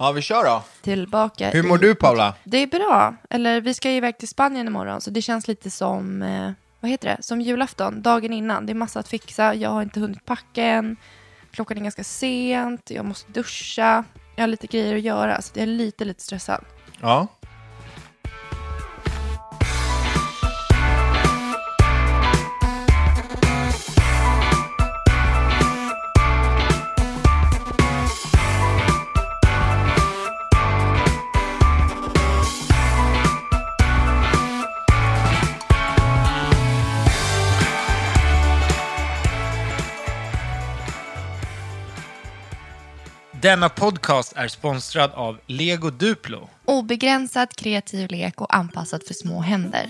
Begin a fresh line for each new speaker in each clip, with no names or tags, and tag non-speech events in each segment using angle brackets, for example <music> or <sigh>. Ja, vi kör då.
Tillbaka.
Hur
i-
mår du Paula?
Det är bra. Eller vi ska ju iväg till Spanien imorgon så det känns lite som, eh, vad heter det, som julafton, dagen innan. Det är massa att fixa, jag har inte hunnit packa än, klockan är ganska sent, jag måste duscha, jag har lite grejer att göra så jag är lite, lite stressad.
Ja.
Denna podcast är sponsrad av Lego Duplo.
Obegränsad kreativ lek och anpassad för små händer.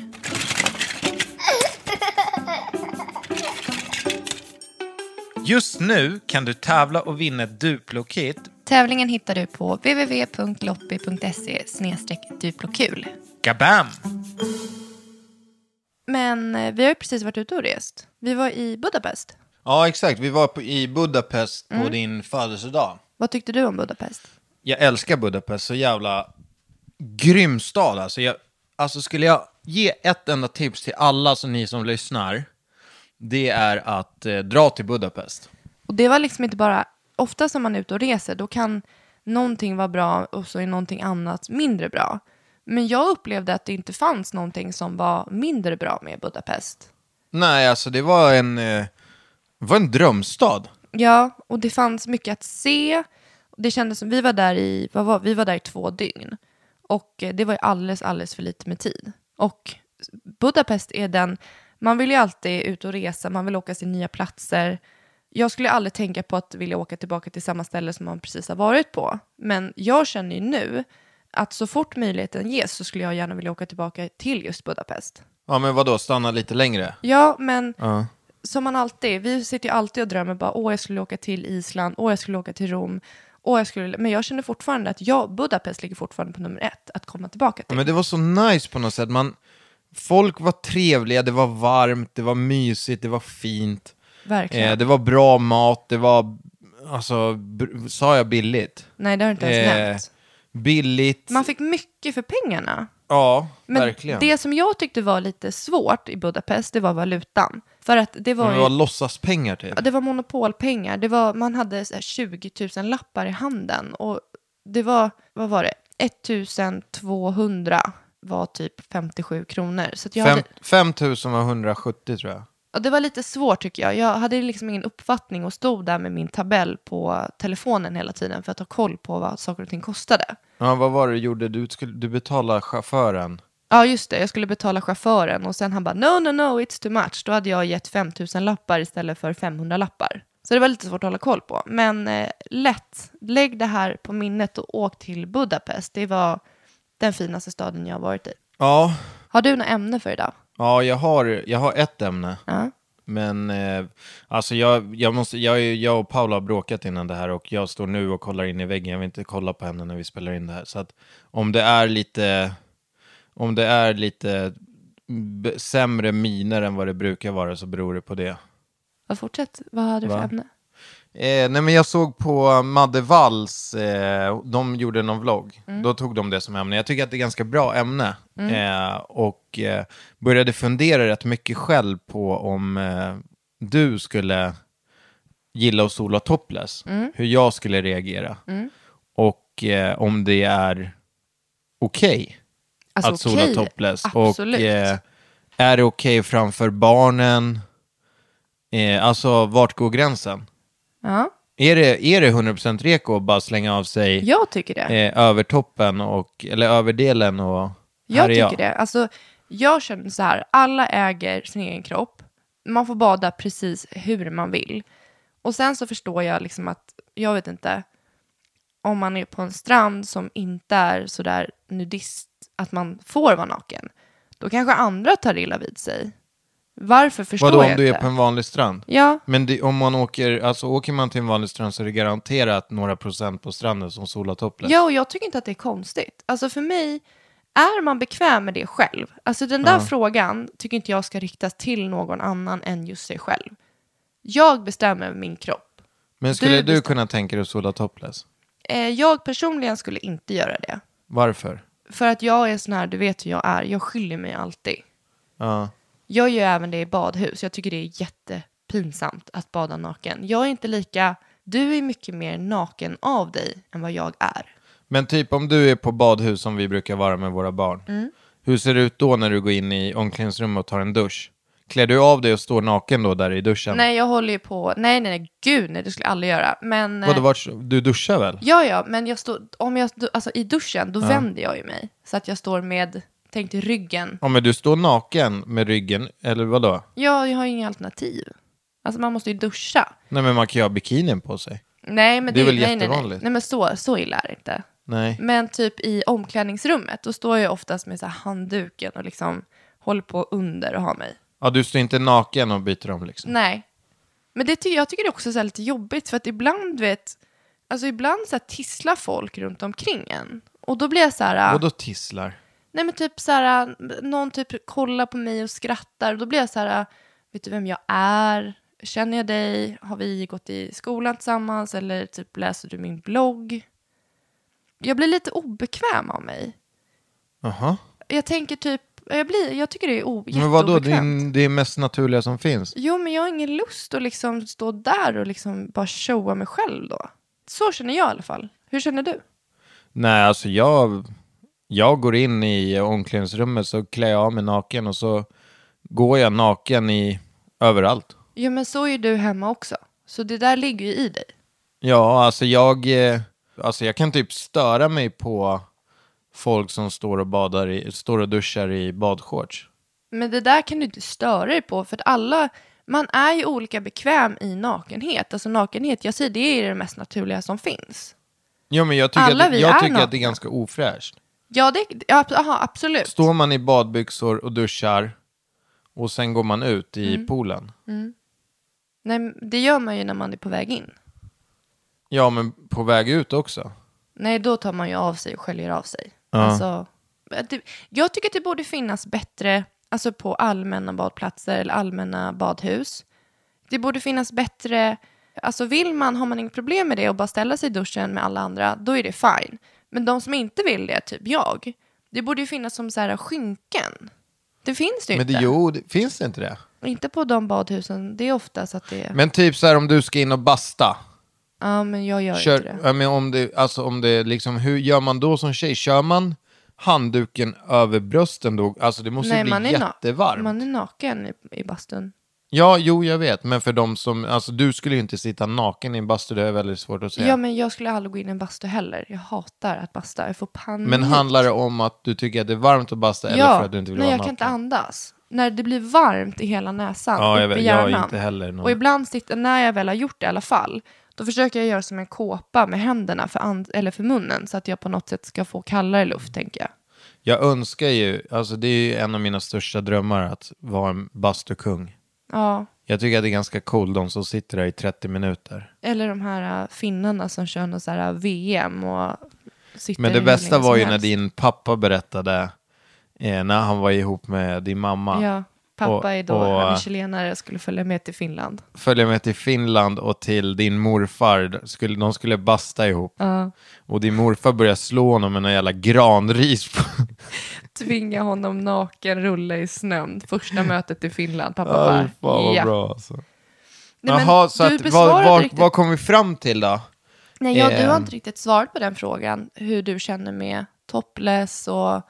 Just nu kan du tävla och vinna ett Duplo-kit.
Tävlingen hittar du på www.loppy.se duplokul.
Gabam!
Men eh, vi har ju precis varit ute och rest. Vi var i Budapest.
Ja, exakt. Vi var på, i Budapest på
Mm.
din födelsedag.
Vad tyckte du om Budapest?
Jag älskar Budapest, så jävla grym stad alltså. Jag, alltså skulle jag ge ett enda tips till alla som ni som lyssnar, det är att eh, dra till Budapest.
Och det var liksom inte bara, ofta som man är ute och reser, då kan någonting vara bra och så är någonting annat mindre bra. Men jag upplevde att det inte fanns någonting som var mindre bra med Budapest.
Nej, alltså det var en, eh, det var en drömstad.
Ja, och det fanns mycket att se. Det kändes som, vi var där i, vad var, vi var där i två dygn. Och eh, det var ju alldeles, alldeles för lite med tid. Och Budapest är den, man vill ju alltid ut och resa, man vill åka till nya platser. Jag skulle aldrig tänka på att vilja åka tillbaka till samma ställe som man precis har varit på. Men jag känner ju nu att så fort möjligheten ges så skulle jag gärna vilja åka tillbaka till just Budapest.
Ja, men vadå, stanna lite längre?
Ja, men
Ja.
som man alltid, vi sitter ju alltid och drömmer bara, åh jag skulle åka till Island, åh jag skulle åka till Rom, åh jag skulle, men jag känner fortfarande att jag, Budapest ligger fortfarande på nummer ett att komma tillbaka
Ja,
till.
men det var så nice på något sätt. Man, folk var trevliga, det var varmt, det var mysigt, det var fint.
Verkligen.
Eh, det var bra mat, det var, alltså, br- sa jag billigt?
Nej, det har du inte ens
eh,
nämnt.
Billigt,
Man fick mycket för pengarna.
ja,
Men
verkligen.
det som jag tyckte var lite svårt i Budapest, det var valutan. För att det var,
Men det var
ju,
låtsaspengar typ.
ja, det var monopolpengar, det var, man hade så här 20 000 lappar i handen och det var, vad var det, 1200 var typ 57 kronor. Så att jag
Fem,
hade,
5 000 var 170 tror jag.
Och det var lite svårt tycker jag. Jag hade liksom ingen uppfattning och stod där med min tabell på telefonen hela tiden för att ha koll på vad saker och ting kostade.
Ja, vad var det du gjorde? Du, skulle, du betalade chauffören.
Ja, just det. Jag skulle betala chauffören och sen han bara no, no, no, it's too much. Då hade jag gett 5000 lappar istället för 500 lappar. Så det var lite svårt att hålla koll på. Men eh, lätt, lägg det här på minnet och åk till Budapest. Det var den finaste staden jag har varit i.
Ja,
Har du något ämne för idag?
ja jag, har, jag har ett ämne.
Ja.
Men eh, alltså jag, jag, måste, jag, är- jag och Paula har bråkat innan det här och jag står nu och kollar in i väggen. Jag vill inte kolla på henne när vi spelar in det här. Så att om det är lite, Om det är lite b- sämre miner än vad det brukar vara så beror det på det.
Ja, Fortsätt, vad hade du för
Va?
ämne?
Eh, nej men jag såg på Madde Walls, eh, de gjorde någon vlogg.
Mm.
Då tog de det som ämne. Jag tycker att det är ganska bra ämne. Eh, och eh, började fundera rätt mycket själv på om eh, du skulle gilla att sola topless.
Mm.
Hur jag skulle reagera. Och eh, om det är okej
Alltså,
att sola
okej,
topless.
Absolut.
Och eh, är det okej framför barnen? Eh, alltså vart går gränsen?
ja,
Är det, är det 100% reko att bara slänga av sig
jag tycker det.
eh, övertoppen och, eller överdelen och
Jag
här är
tycker
jag?
det. Alltså, jag känner så här, alla äger sin egen kropp. Man får bada precis hur man vill. Och sen så förstår jag liksom att, jag vet inte, om man är på en strand som inte är sådär nudist, att man får vara naken, då kanske andra tar illa vid sig. Varför förstår
Vadå
jag
om du
inte?
är på en vanlig strand?
Ja,
Men det, om man åker, alltså åker man till en vanlig strand så är det garanterat några procent på stranden som solar topless.
Ja, och jag tycker inte att det är konstigt. Alltså för mig, är man bekväm med det själv? Alltså den där frågan tycker inte jag ska riktas till någon annan än just sig själv. Jag bestämmer över min kropp.
Men skulle
du
du,
bestäm-
kunna tänka dig att sola topless?
Eh, jag personligen skulle inte göra det.
Varför?
För att jag är sån här, du vet hur jag är, jag skyller mig alltid.
Ja.
Jag gör även det i badhus, jag tycker det är jättepinsamt att bada naken. Jag är inte lika, du är mycket mer naken av dig än vad jag är.
Men typ om du är på badhus som vi brukar vara med våra barn.
Mm.
Hur ser det ut då när du går in i omklädningsrummet och tar en dusch? Klär du av dig och står naken då där i duschen?
Nej, jag håller ju på, nej, nej, nej, gud, nej, det skulle jag aldrig göra. Men... eh,
Vadå, vart- du duschar väl?
Ja, ja, men jag står, om jag, stå- alltså, i duschen då vänder jag ju mig. Så att jag står med, tänk dig ryggen.
Ja, men du står naken med ryggen, eller vadå?
Ja, jag har ju inga alternativ. Alltså man måste ju duscha.
Nej, men man kan ju ha bikinin på sig.
Nej, men
Det
det,
är väl
nej, nej, nej.
jättevanligt.
nej, men så, så illa är det inte.
Nej.
Men typ i omklädningsrummet, då står jag oftast med så här handduken och liksom håller på under och har mig.
Ja, du står inte naken och byter om liksom.
Nej. Men det ty- jag tycker det är också så här lite jobbigt för att ibland, du vet, alltså ibland så här tisslar folk runt omkring en. Och då blir jag så här...
Och då tisslar.
Nej men typ så här, någon typ kollar på mig och skrattar och då blir jag så här, vet du vem jag är? Känner jag dig? Har vi gått i skolan tillsammans? Eller typ läser du min blogg? Jag blir lite obekväm av mig.
Jaha.
Jag tänker typ, jag, blir, jag tycker det är o-
Men vadå, det är,
jätteobekvämt.
det är mest naturliga som finns.
Jo men jag har ingen lust att liksom stå där och liksom bara showa mig själv då. Så känner jag i alla fall. Hur känner du?
Nej, alltså jag, jag går in i omklädningsrummet så klär jag av mig naken och så går jag naken i överallt.
Jo men så är ju du hemma också. Så det där ligger ju i dig.
Ja, alltså jag, eh, alltså jag kan typ störa mig på folk som står och, badar i, står och duschar i badshorts.
Men det där kan du inte störa dig på för att alla, man är ju olika bekväm i nakenhet. Alltså nakenhet, jag säger det är det mest naturliga som finns.
Ja, men jag tycker,
Alla
att,
vi
jag
är
tycker att det
nakna.
är ganska ofräscht.
Ja, det, ja ab- aha, absolut.
Står man i badbyxor och duschar och sen går man ut i
Mm.
poolen.
Nej, men det gör man ju när man är på väg in.
Ja, men på väg ut också.
Nej, då tar man ju av sig och sköljer av sig. Alltså, det, jag tycker att det borde finnas bättre, alltså på allmänna badplatser eller allmänna badhus. Det borde finnas bättre, alltså vill man, har man inget problem med det och bara ställa sig i duschen med alla andra, då är det fine. Men de som inte vill det, typ jag, det borde ju finnas som så här skynken. Det finns det ju
Men det,
inte.
jo, det, finns det inte det?
Inte på de badhusen, det är oftast att det är,
Men typ så här om du ska in och basta.
ja men jag gör inte
Kör,
det.
ja, men om det, alltså om det liksom, hur gör man då som tjej? Kör man handduken över brösten då? Alltså det måste ju bli
na-
jättevarmt.
man är naken i, i bastun.
Ja, jo, jag vet. Men för de som, alltså du skulle ju inte sitta naken i en bastu, det är väldigt svårt att typ, säga.
Ja, men jag skulle aldrig gå in i en bastu heller. Jag hatar att basta. Jag får panik.
Men handlar det om att du tycker att det är varmt att basta eller
Mm. ja,
för att du inte vill
nej,
vara
jag
naken?
kan inte andas. När det blir varmt i hela näsan,
Ja, jag
upp i
vet. Jag är
hjärnan.
inte heller någon-
Och ibland, sitter, när jag väl har gjort det i alla fall, då försöker jag göra som en kåpa med händerna för and- eller för munnen så att jag på något sätt ska få kallare luft, tänker jag.
Jag önskar ju, alltså det är ju en av mina största drömmar att vara en bastukung.
Ja,
Jag tycker att det är ganska cool de som sitter där i 30 minuter.
eller de här äh, finnarna som kör någon så här äh, VM och sitter
Men det
hur
bästa
länge
var
som
ju när
helst.
din pappa berättade eh, när han var ihop med din mamma.
Ja, pappa
Och-
är då,
och,
han är
eh,
chilenare och skulle följa med till Finland.
Följa med till Finland och till din morfar, skulle, de skulle basta ihop.
Ja.
Och din morfar började slå honom med någon jävla granris. På.
Tvinga honom naken, rulla i snön.
<laughs>
Första mötet i Finland. Pappa
Ja,
bara,
fan vad
ja.
bra alltså.
Nej, men
Jaha, så
du
att, vad,
besvarade
vad,
riktigt-
vad kom vi fram till då?
Nej, ja, du har
Ehm.
inte riktigt svarat på den frågan. Hur du känner med topless och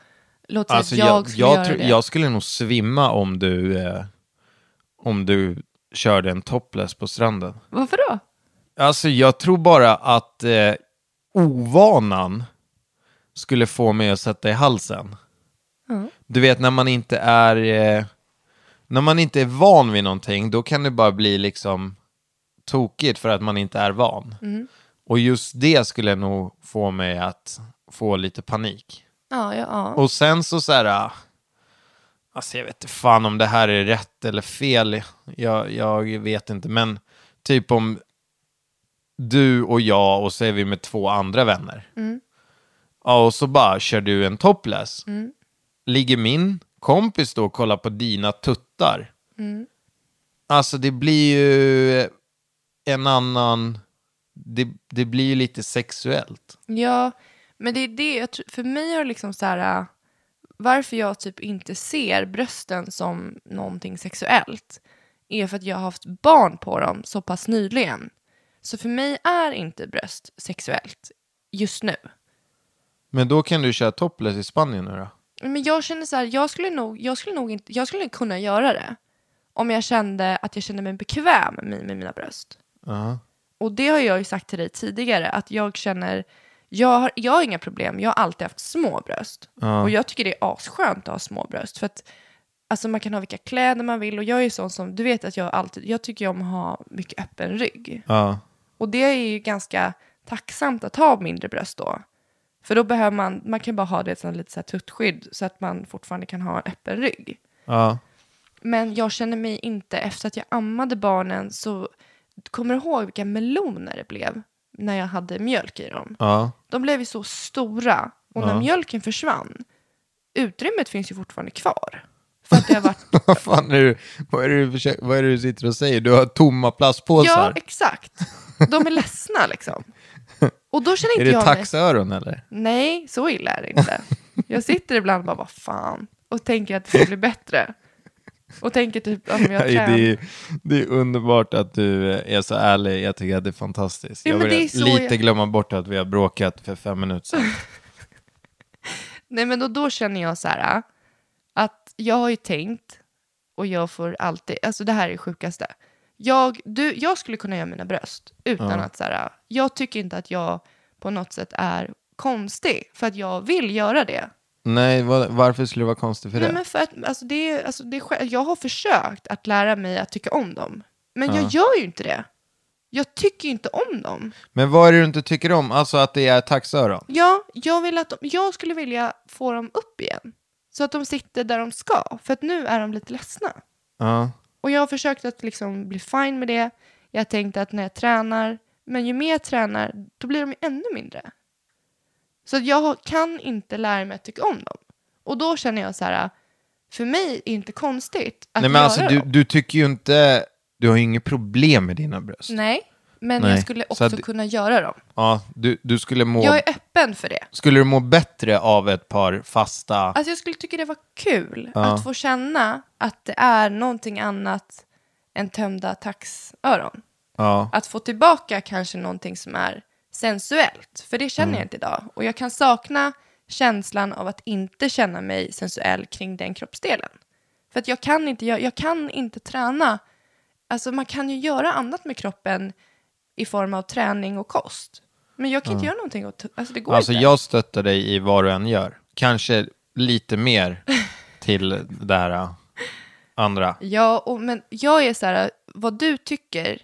låt säga
Alltså,
att jag,
jag,
skulle göra
jag, tror-
det.
jag skulle nog svimma om du, eh, om du körde en topless på stranden.
Varför då?
Alltså jag tror bara att eh, ovanan skulle få mig att sätta i halsen. Du vet när man inte är eh, när man inte är van vid någonting då kan det bara bli liksom tokigt för att man inte är van. Och just det skulle nog få mig att få lite panik.
Ja, ja, ja.
Och sen så så här, ah, alltså jag vet inte fan om det här är rätt eller fel, jag, jag vet inte, men typ om du och jag och så är vi med två andra vänner. Ja, och så bara kör du en topless. Ligger min kompis då och kollar på dina tuttar? Alltså det blir ju en annan, det, det blir ju lite sexuellt.
ja, men det är det. Jag tror, för mig har det liksom så här... äh, Varför jag typ inte ser brösten som någonting sexuellt är för att jag har haft barn på dem så pass nyligen. Så för mig är inte bröst sexuellt just nu.
Men då kan du köra topless i Spanien nu då?
Men jag känner så här, jag skulle nog, jag skulle nog inte, jag skulle kunna göra det. Om jag kände att jag kände mig bekväm med, med mina bröst.
Ja.
Och det har jag ju sagt till dig tidigare, att jag känner, jag har, jag har inga problem, jag har alltid haft små bröst. Och jag tycker det är asskönt att ha små bröst. För att alltså, man kan ha vilka kläder man vill och jag är ju sån som, du vet att jag alltid, jag tycker ju om att ha mycket öppen rygg.
Ja.
Och det är ju ganska tacksamt att ha mindre bröst då. För då behöver man, man kan bara ha det som lite så här tuttskydd så att man fortfarande kan ha en öppen rygg.
Ja.
Men jag känner mig inte, efter att jag ammade barnen så kommer du ihåg vilka meloner det blev när jag hade mjölk i dem?
Ja.
De blev ju så stora och när
Ja.
mjölken försvann, utrymmet finns ju fortfarande kvar. För att det
<laughs>
har varit
<laughs> Vad fan är du, vad är det du, försöker, vad är det du sitter och säger? Du har tomma plastpåsar.
Ja, exakt. De är ledsna liksom. Och då känner
<laughs>
inte
är det
jag mig...
taxöron eller?
Nej, så illa är det inte. Jag sitter ibland och bara, vad fan, och tänker att det ska bli bättre. Och tänker typ,
<laughs>
om jag
Nej, det,
tränar.
är, det är underbart att du eh, är så ärlig. Jag tycker att det är fantastiskt.
Ja,
jag
men det
börjar
är så
lite
jag-
glömma bort att vi har bråkat för fem minuter sedan.
<laughs> Nej, men då, då känner jag så här, äh, att jag har ju tänkt, och jag får alltid, alltså det här är det sjukaste. Jag, du, jag skulle kunna göra mina bröst utan att så här, äh, jag tycker inte att jag på något sätt är konstig, för att jag vill göra det.
Nej, vad- varför skulle det vara konstigt för
Nej,
det?
men för att, alltså det, är- alltså det är, själv- jag har försökt att lära mig att tycka om dem. Men jag gör ju inte det. Jag tycker ju inte om dem.
Men vad är det du inte tycker om? Alltså att det är taxöron?
Ja, jag, vill att de, jag skulle vilja få dem upp igen. Så att de sitter där de ska. För att nu är de lite ledsna.
Ja.
Och jag har försökt att liksom bli fine med det. Jag har tänkt att när jag tränar, men ju mer jag tränar, då blir de ju ännu mindre. Så att jag har- kan inte lära mig att tycka om dem. Och då känner jag så här, för mig är det inte konstigt att
Nej, men
göra
alltså du,
dem.
du tycker ju inte... Du har ju inget problem med dina bröst.
Nej, men
Nej.
jag skulle
Så
också
att-
kunna göra dem.
Ja, du, du skulle må...
Jag är öppen för det.
Skulle du må bättre av ett par fasta...
Alltså jag skulle tycka det var kul att få känna att det är någonting annat än tömda taxöron.
Ja.
Att få tillbaka kanske någonting som är sensuellt, för det
Mm.
känner jag inte idag. Och jag kan sakna känslan av att inte känna mig sensuell kring den kroppsdelen. För att jag kan inte, jag, jag kan inte träna. Alltså man kan ju göra annat med kroppen i form av träning och kost. Men jag kan inte göra någonting åt, alltså det går
Alltså
inte.
jag stöttar dig i vad du än gör. Kanske lite
<laughs>
mer till det här äh, andra.
Ja, och, men jag är så här, vad du tycker,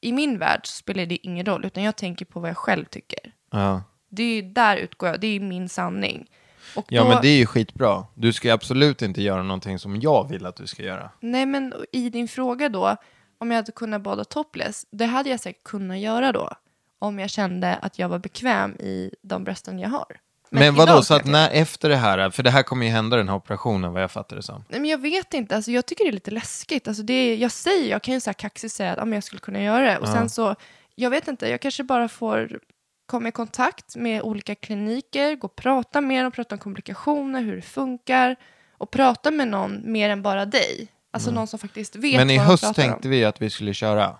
i min värld så spelar det ingen roll, utan jag tänker på vad jag själv tycker.
Ja,
Det är ju där utgår jag, det är min sanning. Och
ja
då,
men det är ju skitbra. Du ska ju absolut inte göra någonting som jag vill att du ska göra.
Nej, men i din fråga då, om jag hade kunnat bada topless, det hade jag säkert kunnat göra då, om jag kände att jag var bekväm i de brösten jag har.
Men vadå,
idag
så att
kanske.
när, efter det här, för det här kommer ju hända den här operationen vad jag fattar det som.
Nej, men jag vet inte, alltså, jag tycker det är lite läskigt. Alltså, det är, jag säger, jag kan ju så här kaxigt säga att ah, men jag skulle kunna göra det. Och sen så, jag vet inte, jag kanske bara får komma i kontakt med olika kliniker, gå och prata med dem, prata om komplikationer, hur det funkar och prata med någon mer än bara dig. Alltså någon som faktiskt vet
Mm. Men i
vad de
höst
pratar om.
tänkte vi att vi skulle köra.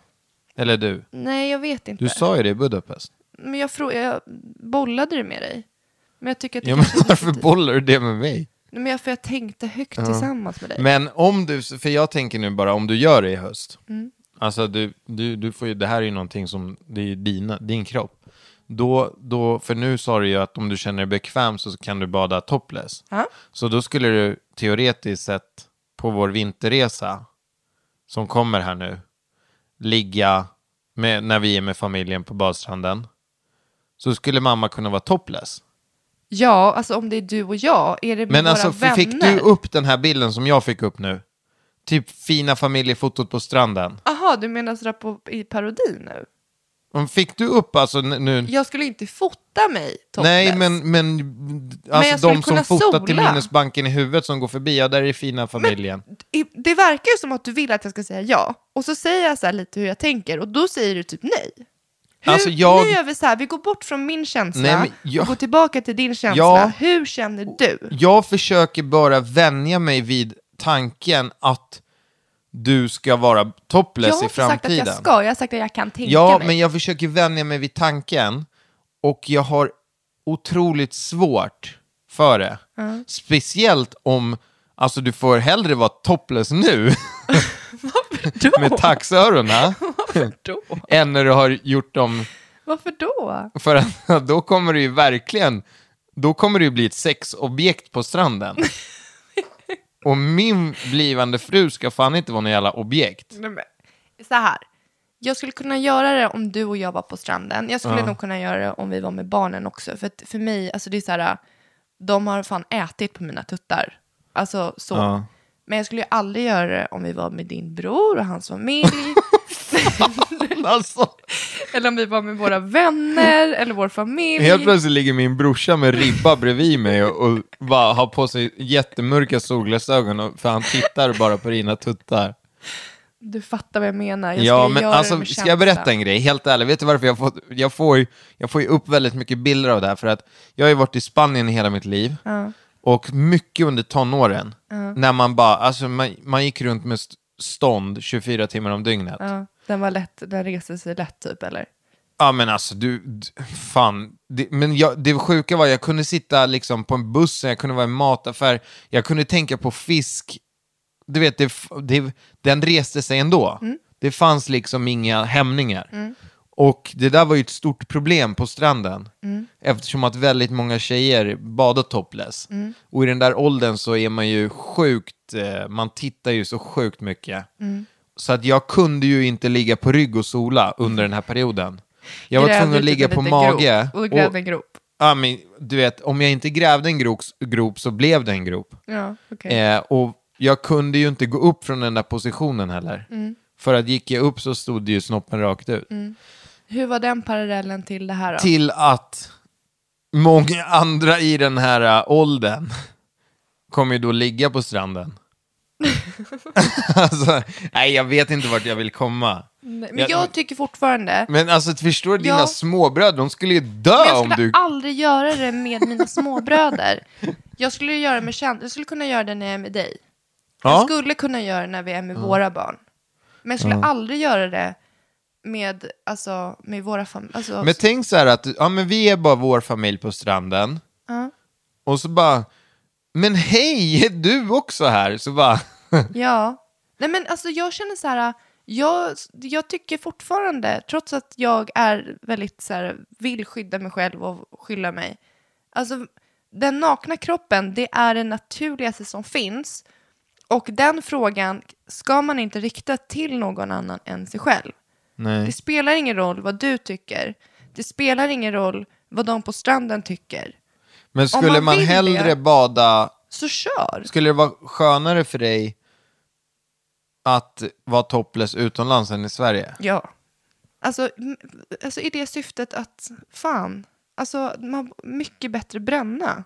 Eller du.
Nej, jag vet inte.
Du sa ju det i Budapest.
Men jag, frå- jag bollade det med dig. Men jag tycker att det <laughs>
Ja, men
kanske är
varför
lite-
bollar du det med mig?
Nej, men jag, för jag tänkte högt tillsammans med dig.
Men om du, för jag tänker nu bara om du gör det i höst. Alltså du, du, du får ju, det här är ju någonting som, det är ju dina, din kropp. Då, då, för nu sa du ju att om du känner dig bekväm så kan du bada topless.
Ja.
Så då skulle du teoretiskt sett på vår vinterresa som kommer här nu ligga med, när vi är med familjen på badstranden. Så skulle mamma kunna vara topless.
Ja, alltså om det är du och jag, är det med
Men
våra
alltså,
vänner?
fick du upp den här bilden som jag fick upp nu? Typ fina familjefotot på stranden.
Aha, du menar sådär på, i parodin nu?
Men Fick du upp alltså n- nu?
Jag skulle inte fota mig topless.
Nej, men, men
jag
alltså
skulle
de som
kunna
fotar
sola.
till minnesbanken i huvudet som går förbi, ja, där är fina familjen.
I- Det verkar ju som att du vill att jag ska säga ja. Och så säger jag så här lite hur jag tänker och då säger du typ nej. Hur,
Alltså, jag-
Nu gör vi så här, vi går bort från min känsla
Nej, men jag-
och går tillbaka till din känsla.
Ja.
Hur känner du?
Jag försöker bara vänja mig vid tanken att du ska vara
Jag
topless
har
i
inte sagt att
framtiden.
jag ska, jag har sagt att jag kan tänka
Ja,
mig.
men jag försöker vänja mig vid tanken och jag har otroligt svårt för det. Speciellt om, alltså du får hellre vara topless nu
<laughs> Varför då?
med taxöronen
<laughs> Varför då?
än när du har gjort dem,
Varför då?
för att <laughs> då kommer det ju verkligen, då kommer det ju bli ett sexobjekt på
<laughs>
stranden. Och min blivande fru ska fan inte vara någon jävla objekt.
Nej, men, så här. Jag skulle kunna göra det om du och jag var på stranden. Jag skulle nog kunna göra det om vi var med barnen också. För, att för mig, alltså det är så här, de har fan ätit på mina tuttar. Alltså så.
Ja.
Men jag skulle ju aldrig göra det om vi var med din bror och
<laughs>
hans familj.
Alltså,
eller om vi var med våra vänner eller vår familj.
Helt plötsligt ligger min brorsa med ribba bredvid mig och, och bara har på sig jättemörka solglasögon och- för han tittar bara på dina tuttar.
Du fattar vad jag menar. Jag
Ja,
skulle
men
göra det
alltså,
med
ska
känsla.
jag berätta en grej? Helt ärligt, vet du varför jag, fått, jag, får, ju- jag får ju upp väldigt mycket bilder av det här? För att jag har ju varit i Spanien i hela mitt liv. Och mycket under tonåren. När man bara, alltså man, man gick runt med st- stånd 24 timmar om dygnet.
Ja, den var lätt, den reste sig lätt typ eller?
Ja men alltså du, d- fan. Det, men jag, det sjuka var jag kunde sitta liksom på en buss, jag kunde vara i en mataffär, jag kunde tänka på fisk. Du vet, det, f- det, den reste sig ändå.
Mm.
Det fanns liksom inga hämningar. Och det där var ju ett stort problem på stranden.
Mm.
Eftersom att väldigt många tjejer badar topless.
Mm.
Och i den där åldern så är man ju sjukt, eh, man tittar ju så sjukt mycket.
Mm.
Så att jag kunde ju inte ligga på rygg och sola under den här perioden. Jag var
Grävde
tvungen att
typ
ligga
en
på
liten
mage.
Grop, och grävde en grop.
ja, men, du vet, om jag inte grävde en grop, grop så blev det en grop.
Ja, okej.
Eh, och jag kunde ju inte gå upp från den där positionen heller.
Mm.
För att gick jag upp så stod ju snoppen rakt ut.
Hur var den parallellen till det här då?
Till att många andra i den här äh, åldern kommer ju då ligga på
<laughs>
stranden. alltså, nej, jag vet inte vart jag vill komma.
Men
Jag-
jag, tycker fortfarande,
Men alltså förstår du, dina
Mm. Ja.
småbröder, de skulle ju
men
dö
jag
om
skulle
du...
aldrig göra det med mina småbröder. Jag skulle göra det med känd... jag skulle kunna göra det när jag är med dig. Jag
Ja,
skulle kunna göra det när vi är med våra barn. Men jag skulle aldrig göra det med, alltså, med våra familjer. Alltså,
men tänk så här att, ja men vi är bara vår familj på stranden.
Ja.
Och så bara, men hej, är du också här? Så bara, <laughs>
Ja. Nej men alltså jag känner så här, jag, jag tycker fortfarande, trots att jag är väldigt så här, vill skydda mig själv och skylla mig. Alltså den nakna kroppen, det är det naturligaste som finns. Och den frågan ska man inte rikta till någon annan än sig själv. Det
nej.
spelar ingen roll vad du tycker. Det spelar ingen roll vad de på stranden tycker.
Men skulle
man
man,
vill
hellre
det-
bada
Så kör!
Skulle det vara skönare för dig att vara topless utomlands än i Sverige?
Ja. Alltså, m- alltså i det syftet att fan, alltså, man, mycket bättre bränna.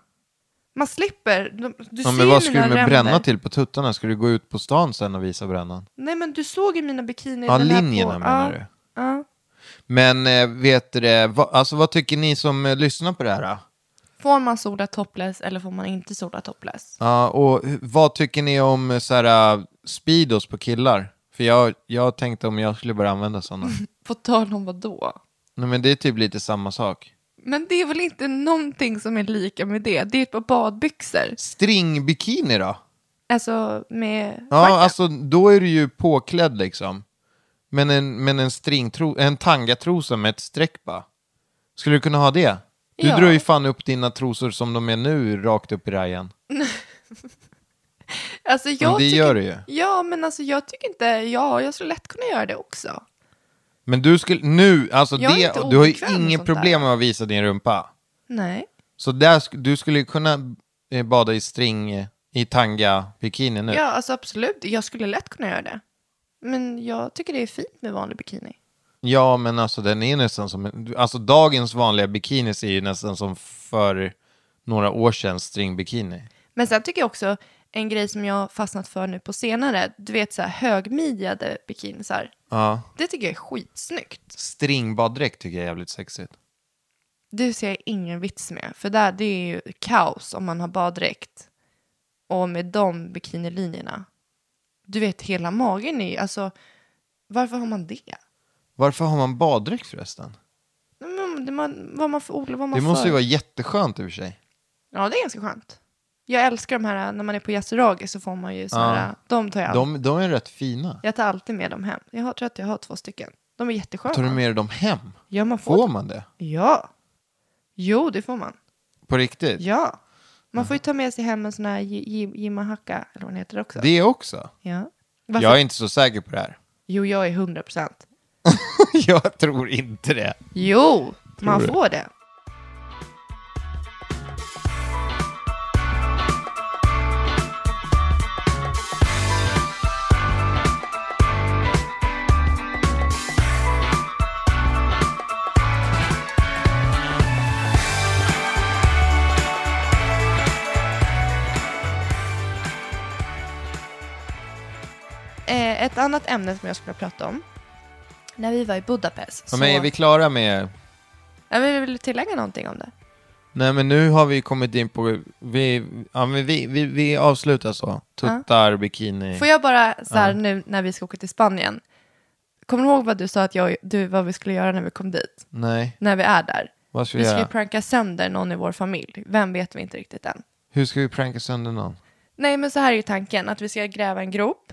Man slipper, de- du
Ja,
ser
men
ju
vad ska du
mina
med
ränder.
bränna till på tuttarna? Ska du gå ut på stan sen och visa brännan?
Nej men du såg ju mina bikini.
Ja,
den här
linjerna
på,
menar
ja,
du?
Ja.
Men eh, vet du det, va, alltså vad tycker ni som eh, lyssnar på det här? då?
Får man sola topless eller får man inte sola topless?
Ja, och hu- vad tycker ni om eh, så här, eh, speedos på killar? För jag, jag tänkte om jag skulle börja använda
<laughs>
sådana.
På tal om vad då?
Nej men det är typ lite samma sak.
Men det är väl inte någonting som är lika med det? Det är ett par badbyxor.
Stringbikini då?
Alltså med...
Ja, alltså då är du ju påklädd liksom. Men en, men en, stringtro, en tangatrosa med ett streck bara. Skulle du kunna ha det? Du
Ja.
drar ju fan upp dina trosor som de är nu, rakt upp i rajen.
Alltså jag
det
tycker...
gör det ju.
Ja, men alltså jag tycker inte... Ja, jag skulle lätt kunna göra det också.
Men du skulle, nu, alltså
Jag är
det,
inte
du har ju
obekväm med
inget
sånt där.
problem med att visa din rumpa.
Nej.
Så där, sk- du skulle ju kunna eh, bada i string, eh, i tanga bikini nu.
Ja, alltså absolut. Jag skulle lätt kunna göra det. Men jag tycker det är fint med vanlig bikini.
Ja, men alltså den är nästan som, en- alltså dagens vanliga bikinis är ju nästan som för några år sedan stringbikini.
Men sen tycker jag också en grej som jag har fastnat för nu på senare. Du vet så här högmidjade bikinisar.
Ja.
Det tycker jag är skitsnyggt.
Stringbaddräkt tycker jag är jävligt sexigt.
Det ser jag ingen vits med. För där, det är ju kaos om man har baddräkt. Och med de bikinilinjerna. Du vet, hela magen är ju... Alltså, varför har man det?
Varför har man baddräkt förresten?
Men, det man, vad man för odlar, vad man
Det måste
för.
ju vara jätteskönt i och för sig.
Ja, det är ganska skönt. Jag älskar de här, när man är på Yasuragi så får man ju såna
Ja.
här, de tar jag alltid.
De, de är rätt fina.
Jag tar alltid med dem hem. Jag har, tror att jag har två stycken. De är jättesköna.
Tar du med dig dem hem?
Ja, man får.
Får man det?
Ja. Jo, det får man.
På riktigt?
Ja. Man får ju ta med sig hem en sån här Ji- Ji- Jimahaka, eller vad den heter också.
Det också?
Ja. Varför?
Jag är inte så säker på det här. <laughs>
Jo, jag är 100 procent.
jag tror inte det.
Jo, man
du?
får det. Eh, Ett annat ämne som jag skulle prata om. När vi var i Budapest.
Ja, men är vi klara med...
Ja, men vill du tillägga någonting om det?
Nej men nu har vi kommit in på... Vi, ja, men vi, vi, vi avslutar så. Tuttar, bikini.
Får jag bara så här nu när vi ska åka till Spanien. Kommer du ihåg vad du sa att jag, du, vad vi skulle göra när vi kom dit?
Nej,
När vi är där?
vad ska vi,
Vi ska ju
göra?
pranka sönder någon i vår familj. Vem vet vi inte riktigt än.
Hur ska vi pranka sönder någon?
Nej, men så här är ju tanken. Att vi ska gräva en grop